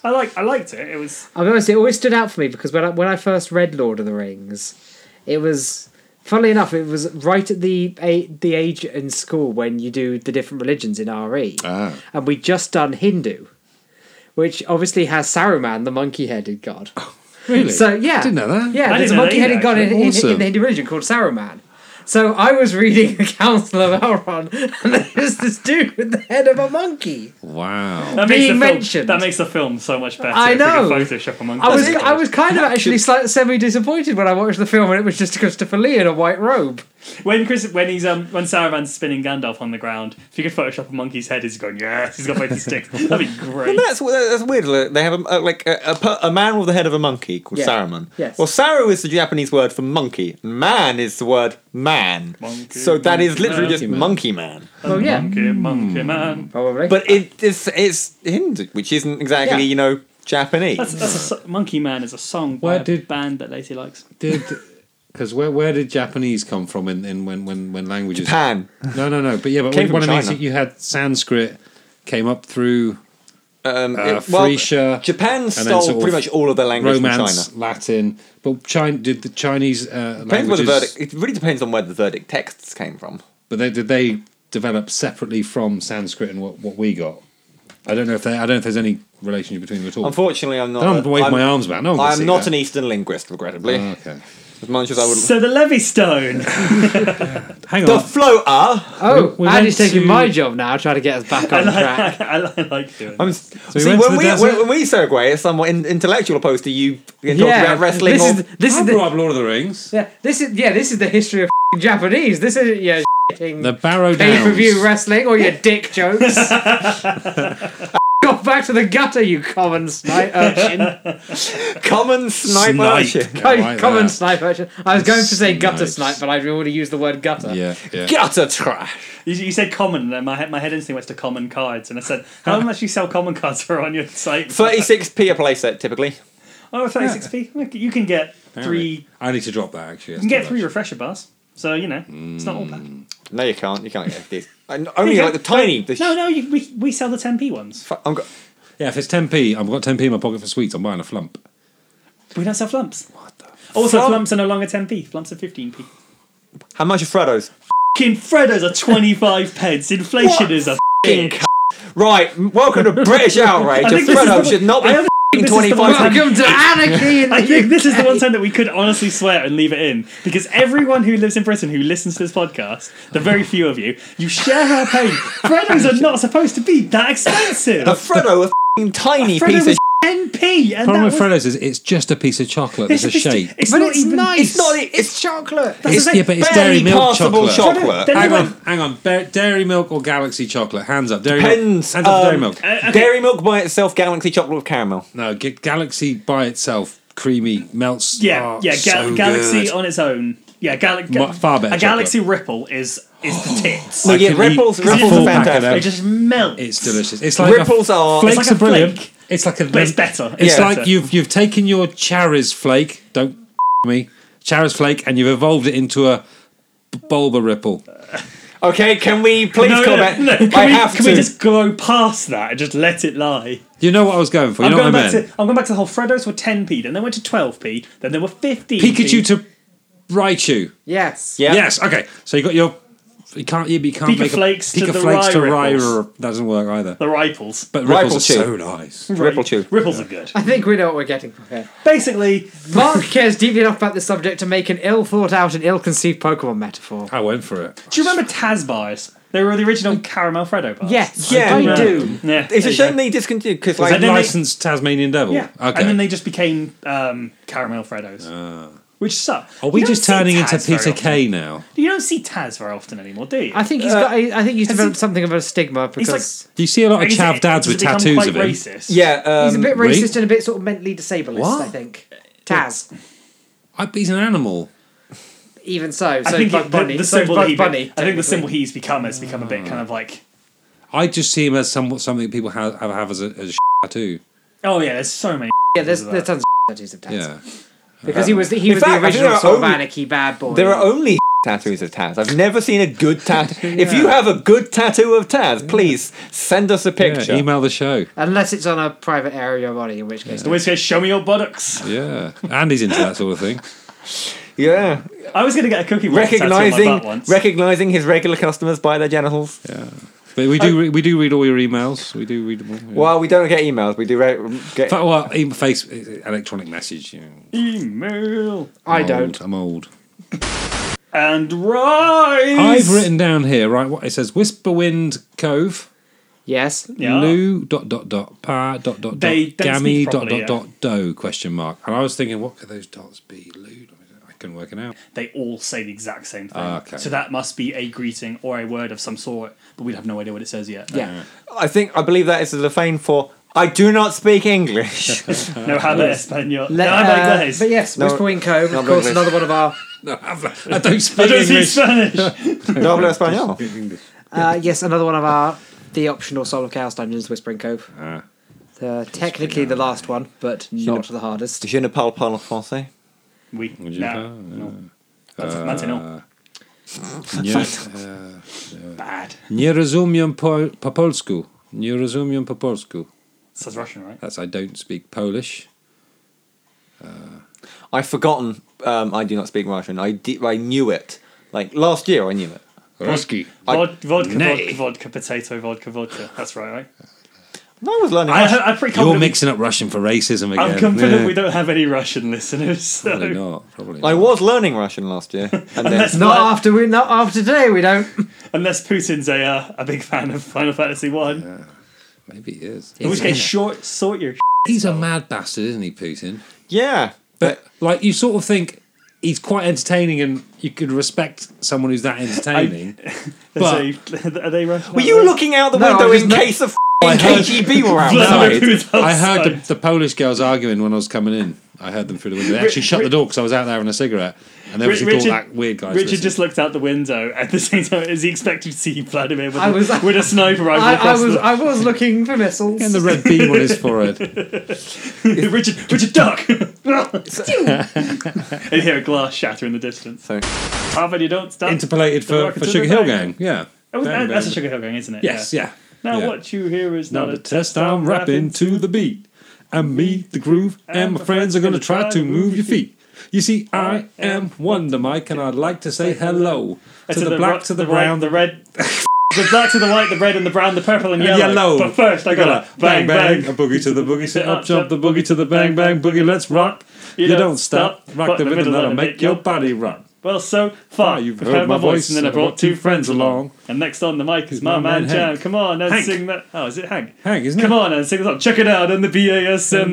I like. I liked it. It was.
I'll be honest, it always stood out for me because when I, when I first read Lord of the Rings, it was, funnily enough, it was right at the a, the age in school when you do the different religions in RE.
Ah.
And we just done Hindu, which obviously has Saruman, the monkey headed god.
Oh, really,
So, yeah.
I didn't know that.
Yeah,
I
there's
didn't
a
know that
monkey headed
either,
god in, in,
Awesome.
in the Hindu religion called Saruman. So I was reading The Council of Elrond, and there's this dude with the head of a monkey.
Wow.
That
Being
makes the Film,
mentioned.
that makes the film so much better.
I
if they could
know.
Photoshop among.
I was
those
I was kind of actually slightly semi disappointed when I watched the film and it was just Christopher Lee in a white robe.
When Chris, when he's um, when Saruman's spinning Gandalf on the ground, if you could Photoshop a monkey's head, he's going yes, he's got both his sticks. That'd be great.
That's that's weird. like, They have a, like a, a, per- a man with the head of a monkey called
Yeah.
Saruman.
Yes.
Well, Saru is the Japanese word for monkey. Man is the word man.
Monkey,
so that is
monkey
literally
man.
just monkey man.
Well, yeah,
Monkey,
Hmm.
monkey man.
Mm-hmm. probably.
But it, it's it's Hindu, which isn't exactly
Yeah.
you know Japanese.
That's, that's a, so- monkey man is a song by
Where
a
did-
band that Lacey likes.
Did because where where did Japanese come from in, in when when when languages?
Japan.
No, no, no. But yeah, but
Came
one of
from
these
China.
you had Sanskrit came up through
Um,
Uh,
it- well,
Frisia,
Japan
and then
stole
sort of
pretty much all of their language
Romance,
from China.
Latin, but China did the Chinese uh,
Depends where the
languages.
verdict. It really depends on where the verdict texts came from.
But they, did they develop separately from Sanskrit and what, what we got? I don't know if they, I don't know if there's any relationship between them at all.
Unfortunately, I'm not.
Don't wave
I'm,
my arms about. No, one can see
I'm not
that.
an Eastern linguist, regrettably.
Oh, okay,
as much as I would.
So the Levy
hang
Stone.
the
on.
floater.
oh,
we
Andy's
went
taking
to-
my job now, trying to get us back on track.
I, li- I like doing.
I'm,
that.
we
see,
went to
when
the
we,
desert?
when, when we segue, it's somewhat in, intellectual opposed to you talking
Yeah,
about wrestling.
This
or,
is this
I
is the,
brought up Lord of the Rings.
yeah, this is yeah this is the history of Japanese. This isn't your
The
shitting
Barrow
pay per
Downs.
view wrestling or your dick jokes. Got back to the gutter, you common snipe urchin.
common sniper.
Snipe.
action.
I like
common
that.
snipe urchin. I was going to say gutter
Snipes.
snipe, but I already used the word gutter.
Yeah, yeah.
Gutter trash.
You, you said common, and my head, my head instinct went to common cards, and I said, "How much you sell common cards for on your site?"
Thirty-six p a playset typically.
Oh, 36p. Look, You can get three.
I need to drop that actually.
You can get three refresher bars. So you know, it's not all bad.
No, you can't. You can't get these. And only
Yeah.
like the tiny. The
No, no, you, we we sell the 10p ones.
Fu- I'm go-
Yeah, if it's 10p, I've got 10p in my pocket for sweets. I'm buying a flump.
We don't sell flumps. What the? Also,
Flump-
flumps are no longer 10p. Flumps are 15p.
how much are Freddos?
Fucking Freddos are 25 pence. Inflation
What?
is a
Fucking c- Right, m- welcome to British outrage.
I
A
think this is
Freddo
the-
should not be
I don't
f***ing
think this is the one
25
time-
Welcome to anarchy. In
I
the
think this is the
UK.
one time that we could honestly swear and leave it in because everyone who lives in Britain who listens to this podcast, the very few of you, you share our pain. Freddos are not supposed to be that expensive.
A Freddo was f***ing tiny
Freddo
piece of
was 10p, and
problem
that
with
was,
Freddo's is it's just a piece of chocolate. It's a
just-
shape.
It's
But
not
it's
even,
nice.
It's not- it's-
chocolate.
That's the
yeah,
thing.
but
shit.
it's
barely
dairy milk
passable
chocolate.
chocolate.
Then-
Hang
Anyway.
on, hang on. Ba- dairy milk or Galaxy chocolate? Hands up. Dairy
Depends,
Milk. Hands up. for dairy
um,
milk.
Uh, okay.
Dairy milk by itself, Galaxy chocolate with caramel.
No, g- Galaxy by itself, creamy melts.
Yeah,
Oh,
yeah. Ga-
so
Galaxy
good.
on its own. Yeah, Gal- ga-
Mu- far better Oh.
A Galaxy Ripple is is the tits.
No,
I
yeah,
could
ripples,
eat
ripples
full
are
pack of
fantastic.
them.
It just melts.
It's delicious. It's like
Ripples
a,
are-
flakes
It's like
are
a
brilliant.
flake.
It's like a.
But it's better.
It's
Yeah.
like you've you've taken your Charis flake. Don't me, Charis flake, and you've evolved it into a Bulba ripple.
Okay, can we please
No, no,
comment?
no, Can,
I
we,
have
can
to.
we just go past that and just let it lie?
You know what I was going for. You
I'm
know
going
what I
back
meant.
to I'm going back to the whole Freddos were 10p, then they went to 12p, then they were 15.
Pikachu to Raichu.
Yes.
Yeah.
Yes. Okay. So you got your. You can't. You can't
Pika
make
flakes
a,
to
Pika
the
flakes
Rye
to Rye.
ripples.
r- Doesn't work either.
the Ripples.
But ripples
Ripple
are
chew.
so nice.
Ripple chew.
Ripples are good.
I think we know what we're getting from here.
Basically,
Mark cares deeply enough about this subject to make an ill thought out and ill conceived Pokemon metaphor.
I went for it.
do you remember Taz bars? They were the original caramel Freddo bars.
Yes,
Yeah,
I
yeah.
do.
Yeah.
It's
there
a
you
shame
go.
they discontinued because
Like
like
that then they-
licensed Tasmanian Devil.
Yeah.
Okay.
And then they just became um, caramel Freddos.
Uh.
which sucks.
Are we just turning into Peter Kay now?
You don't see Taz very often anymore, do you?
I think he's got. I, I think he's developed something of a stigma
He's like-
because
Do you see a lot of
Is it-
chav dads
does
with
it become
tattoos
quite
of him?
Racist?
yeah, um,
he's a bit
Reed?
racist and a bit sort of mentally disabled.
What?
I think Taz.
I, he's an animal.
Even so, so
I think
Bug
it- the,
Bunny.
the
so
symbol
Bug
that he,
Bunny.
I think the symbol
technically.
he's become has become a bit kind of like,
I just see him as somewhat something that people have have, have as a, as a tattoo.
oh yeah, there's so many.
Yeah, there's
that.
there's tons of tattoos of Taz
Yeah.
because he was the, he
In
was
fact, I
the
think there
original
are
sort of
only-
anarchy bad boy.
There are only tattoos of Taz. I've never seen a good tattoo. If you have a good tattoo of Taz, please send us a picture.
Yeah, email the show.
Unless it's on a private area of your body, in which case.
The which case, show me your buttocks.
Yeah. Andy's into that sort of thing.
Yeah.
I was gonna get a cookie wrapper tattoo on my butt
recognizing
once.
recognizing his regular customers by their genitals.
But we do re- we do read all your emails. We do read them all. yeah.
Well, we don't get emails. We do re-
In
get.
fact, well, e- face electronic message. You know,
Email
I
I'm
don't.
old, I'm old.
and rise.
I've written down here, right? What it says: Whisperwind Cove,
Yes.
Yeah.
Lou dot dot dot pa dot dot
They
dot
don't
gammy
speak
dot
properly,
dot dot do question mark. And I was thinking, what could those dots be? Lou. I couldn't work it out.
They all say the exact same thing.
Ah,
Okay.
So that must be a greeting or a word of some sort, but we'd have no idea what it says yet.
Yeah.
I think I believe that is the fame for. I do not speak English.
No habla español.
Uh, Le-
no habla
uh,
inglés.
but yes,
No,
Whispering Cove,
not
of course,
English.
another one of our.
No, I don't
I
speak
don't speak
English.
Spanish.
no hablo español.
Uh, yes, another one of our. The optional Soul of Chaos Dungeons, Whispering Cove.
Ah.
Uh, technically the last one, but not the hardest.
Je ne parle pas le français.
We
Would you Uh,
no,
have-
no. That's that's an all.
Nie, e,
Bad.
nie rozumiem po, po polsku. Nie rozumiem po polsku.
Says Russian, right?
That's I don't speak Polish.
I've forgotten. Um, I do not speak Russian. I di- I knew it. Like last year, I knew it.
Ruski.
I-
Vod, vodka,
Nay.
vodka, vodka, potato, vodka, vodka. That's right, right?
I was learning.
I,
Russian.
I'm pretty
You're
confident.
mixing up Russian for racism
we,
again.
I'm confident
Yeah.
we don't have any Russian listeners. So.
Probably not. Probably
I
not.
was learning Russian last year, and then
Unless,
Not
Pla-
after we, not after today. We don't.
unless Putin's a uh, a big fan of Final Fantasy One,
Maybe he is.
in which case, short sort your.
He's a mad bastard, isn't he, Putin?
yeah,
But like, you sort of think he's quite entertaining, and you could respect someone who's that entertaining.
But, are they Russian?
Were you looking out the
No, I
window
was
in
not-
case of f***ing
heard-
KGB were
Vladimir
outside?
Putin's
I heard
outside.
the, the Polish girls arguing when I was coming in. I heard them through the window. They actually shut the door because I was out there having a cigarette, and they
Ri-
obviously thought that weird guy.
Richard just looked out the window at the same time as he expected to see Vladimir with,
I
a-
was-
with a sniper rifle
I, I
across
was
the-
I was looking for missiles.
and the red beam on his forehead.
Richard, Richard, duck! and hear a glass shatter in the distance.
So,
How about you don't stop?
Interpolated for,
rocket
for
to
Sugar
the
Hill
bank.
Gang. Yeah.
Oh, that-
Bang,
that's a
bang.
Sugar Hill Gang, isn't it?
Yes, yeah.
Now
yeah.
what you hear is
Now
not,
the
a
test I'm rapping to the beat. I meet the groove, and my friends are gonna try to move your feet. You see, I am Wonder Mike, and I'd like to say hello
Uh,
to the black,
ro-
to the brown,
the red, the black to the white, the red and the brown, the purple and
And
yellow. But first, I gotta bang bang.
a boogie to the boogie, sit
Up,
up, jump the
jump,
boogie to the bang bang boogie. Let's rock. You, don't stop, rock the rhythm that'll make your body rock.
Well, so far
Ah, you've
Oh, you've heard my voice, and then I brought two friends along. And next on the mic is my man Jam. Come on and
Hank.
sing that. Oh, is it Hank?
Hank, isn't
Come
it?
on and sing the song. Check it out on the BASM,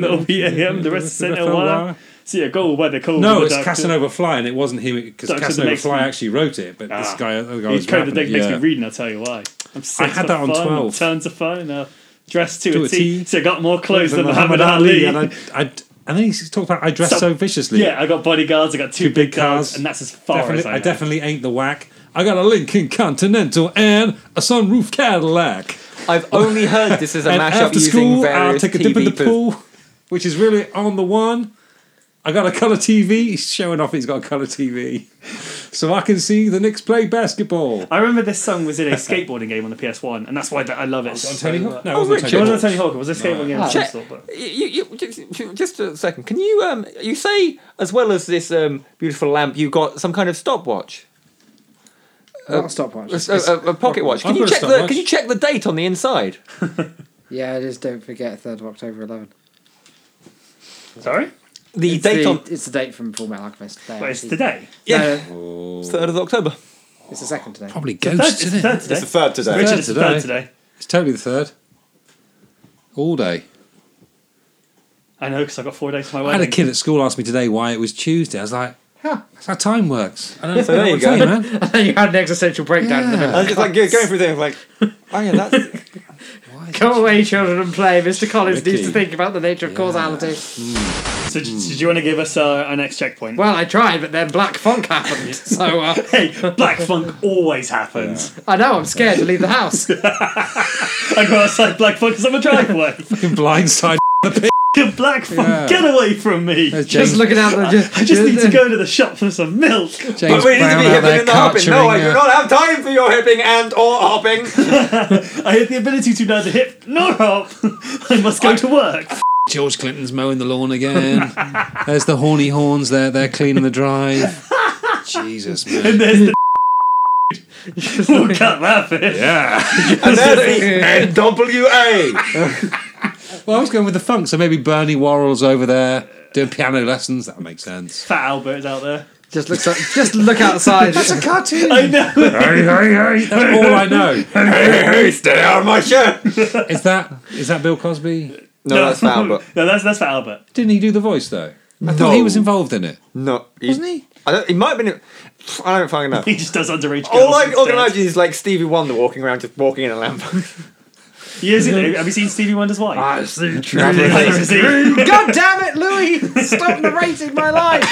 the OBAM, the rest of
FLY.
the See a goal where they call
No,
the
it's
doctor.
Casanova Fly, and it wasn't him because
Doctor
Casanova
makes
Fly
me-
actually wrote it, but this
Ah.
guy, the other guy
He's
was
coded
rapping
that
it,
makes me
yeah.
read, and I'll tell you why. I'm six
I had that on
foot five,
12.
Tons of fun. And, uh, dressed to,
To
a
a
T.
T.
So I got more clothes than
Than
Muhammad Ali.
and I, I, and then he talked about I dress so,
So-
viciously.
yeah, I got bodyguards. I got two, big cars, and that's as far
Definitely-
as I,
I
know.
definitely ain't the whack. I got a Lincoln Continental and a sunroof Cadillac.
I've only heard this as a
and
mashup
after
using
school, I'll
various
take a
TV
dip in the
pos-
pool, which is really on the one. I got a colour TV. He's showing off he's got a colour TV. So I can see the Knicks play basketball.
I remember this song was in a skateboarding game on the PS1, and that's why that I love it.
On Tony Hawk? No,
Oh,
it wasn't
Richard.
It
Tony
wasn't
Hawk.
a Tony Hawk. It was a skateboarding game. of some
Check.
sort, but-
You, you, just, just a second. Can you um you say as well as this um beautiful lamp you got some kind of stopwatch,
Not a stopwatch.
a, a, a pocket watch? Can
I've
you
got a
check the
stopwatch.
Can you check the date on the inside?
Yeah, just don't forget third of October eleven.
Sorry,
The
It's
date
the,
on
it's the date from Full Metal Alchemist. There,
but it's
actually.
today.
yeah, third of October.
It's the second today.
Probably
Third,
ghosts,
it's
isn't
the
it?
third today.
It's the third today.
Richard, it's the
Third
third
today.
today.
It's totally the third. All day.
I know because I've got four days to my
I had a
wedding.
kid at school ask me today why it was Tuesday. I was like, huh, that's how time works. I don't know
So there you
what to
go.
tell you, man.
And you had an existential breakdown in the middle.
I was just like going through things like, hang on, that's
Go away, children, and play. Mr. Collins needs to
Tricky.
think about the nature of causality.
So, d- did you want to give us uh, our next checkpoint?
Well, I tried, but then black funk happened. So uh,
hey, black funk always happens.
I know I'm scared to leave the house.
I go outside black funk because I'm a driveway.
Fucking blindside.
Fucking black funk,
Yeah.
get away from me.
There's
Just
James,
looking out the. Just,
I just need to go to the shop for some milk.
James
But we need to
Brown out
be hipping
there
and hopping. No, I
capturing,
do
uh,
not have time for your hipping and or hopping.
I have the ability to neither hip nor hop. I must go to work.
George Clinton's mowing the lawn again. There's the horny horns there. They're cleaning the drive. Jesus, man.
And there's the. we'll cut that bit.
And there's the NWA.
Well, I was going with the funk, so maybe Bernie Worrell's over there doing piano lessons. That makes sense.
Fat Albert's out there.
Just look. Just look outside.
It's a cartoon.
I know.
hey, hey, hey. That's all I know.
Hey, hey, stay out of my shirt.
Is that is that Bill Cosby?
No, that's foul, but
No, that's that's Fat Albert.
Didn't he do the voice though? I thought he was involved in it.
no, he,
Wasn't he?
I don't, he might have been. I don't fucking know.
He just does underage.
All
girls
I
instead.
all I can imagine is like Stevie Wonder walking around, just walking in a lamp.
You ever seen- have you seen Stevie Wonder's wife?
Ah,
I see
Like, you see-
God damn it, Louis! Stop narrating my life.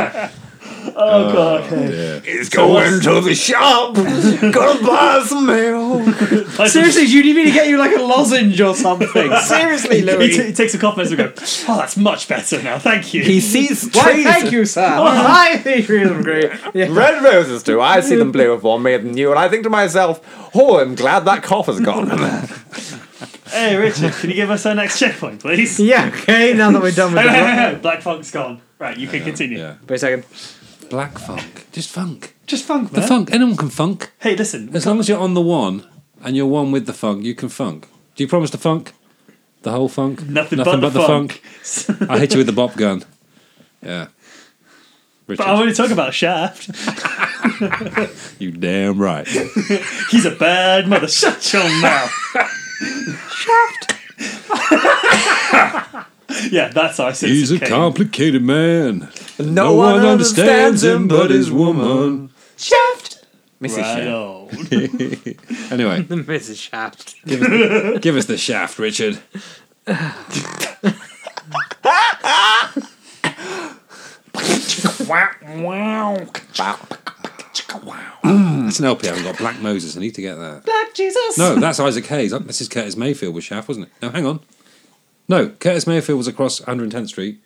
oh god.
It's going to the shop. Gonna buy some milk.
Seriously, do you need me to get you like a lozenge or something? Seriously,
He, t-
Louis.
he takes a cough measure and goes, Oh, that's much better now. Thank you.
He sees
Why,
trees.
thank you, sir. I think you them great. Yeah.
Red roses do. I see them blue before me than you, and I think to myself, "Oh, I'm glad that cough has gone."
hey, Richard, can you give us our next checkpoint, please?
yeah, okay, now that we're done with
Hey, hey, hey,
the
hey, Black Funk's gone. Right, you can continue.
Yeah.
Wait a second.
Black funk. Just funk.
Just funk,
The
man.
funk. Anyone can funk.
Hey, listen.
As long as you're on the one and you're one with the funk, you can funk. Do you promise to funk? The whole funk?
Nothing, but, the funk.
funk. I hit you with the bop gun. Yeah. Richard,
but I want to talk about Shaft.
you damn right.
He's a bad mother. Shut your mouth. Shaft. yeah, that's our citizen.
He's a
Kane.
complicated man.
no,
No one understands him but his woman.
Mrs.
Right
Shaft.
on.
Anyway,
Mrs. Shaft.
give us the shaft, Richard. Mm, That's an LP. I haven't got Black Moses. I need to get that.
Black Jesus.
No, that's Isaac Hayes. Uh, This is Curtis Mayfield with Shaft, wasn't it? No, hang on. No, Curtis Mayfield was across 110th Street.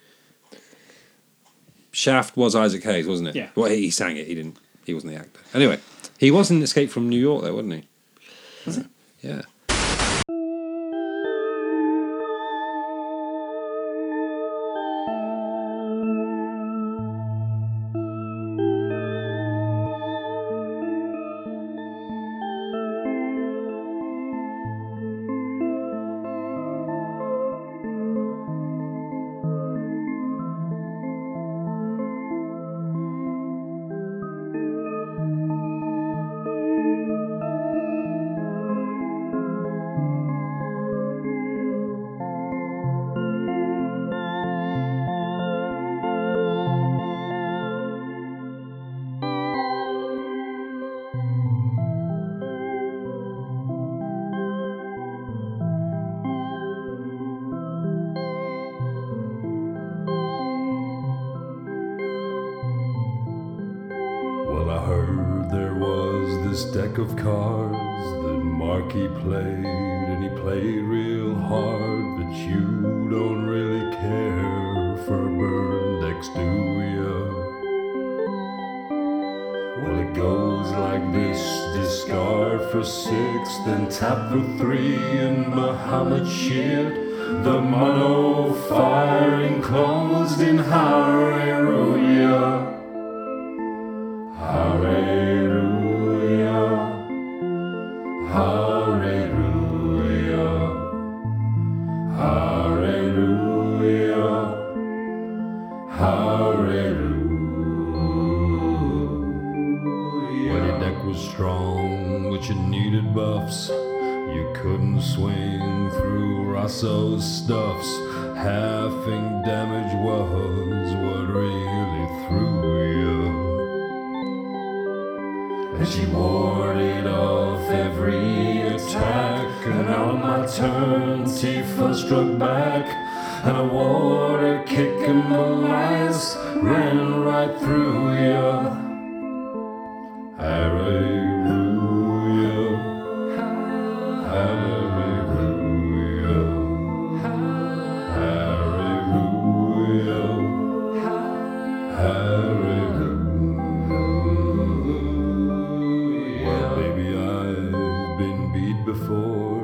Shaft was Isaac Hayes, wasn't it?
Yeah.
Well, he he sang it. He didn't. He wasn't the actor. Anyway, he was in Escape from New York, though, wasn't he? Was he? Yeah.
Well, I heard there was this deck of cards that Marky played, and he played real hard, but you don't really care for burn decks, do ya? Well, it goes like this discard for six, then tap for three, and Muhammad shit. The mono firing closed in Hallelujah. Hallelujah. Hallelujah. Hallelujah. Hallelujah. buffs. You couldn't swing through Rosso's stuffs. Halving damage was what really threw you. And she warded off every attack. And on my turn, Tifa struck back. And a water kick in the lies ran right through ya. Hallelujah. Hallelujah. Hallelujah. Hallelujah. Well, baby, I've been beat before.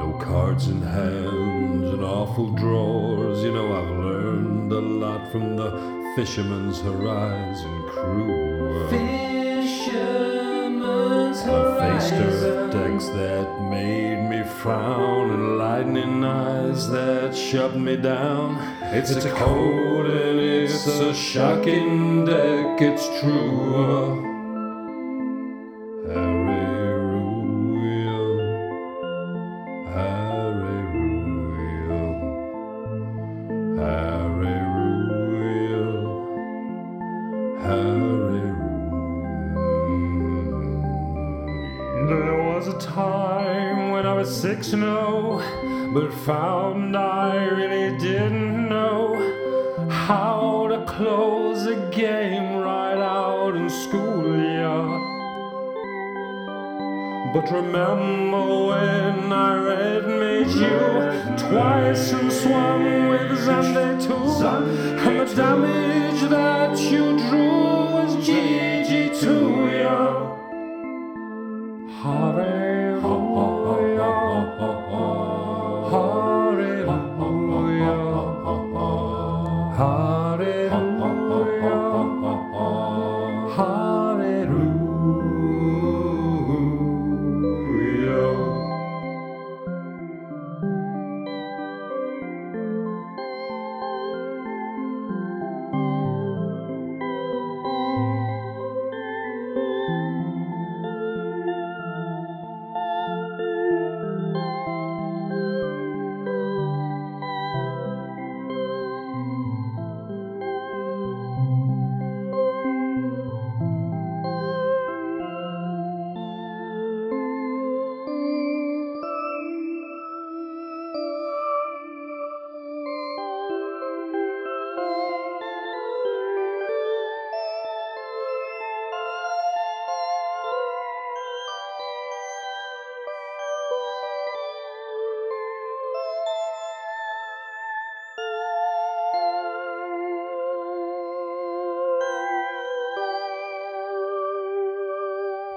No cards in hand and awful drawers. You know, I've learned a lot from the Fisherman's Horizon crew. Fisherman's Horizon. I faced earth decks that made me frown and lightning eyes that shut me down. It's, a, cold and it's a shocking deck, it's true. Hallelujah. Hallelujah. Hallelujah. Hallelujah. There was a time when I was six and oh, but found I really didn't know how to close a game right out in school, yeah. But remember when I read made you twice and swung with Sunday too, and the damage that you drew was GG to ya. Hallelujah, hallelujah, hallelujah, hallelujah.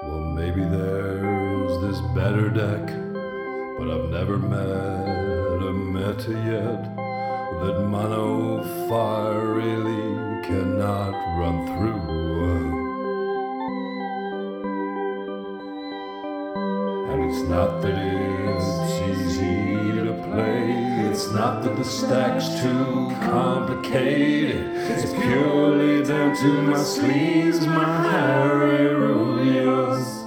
Well, maybe there's this better deck, but I've never met a meta yet that mono fire really cannot run through. And it's not that it's easy to play, it's not that the stack's too complicated, it's purely down to my sleeves, my hallelujahs.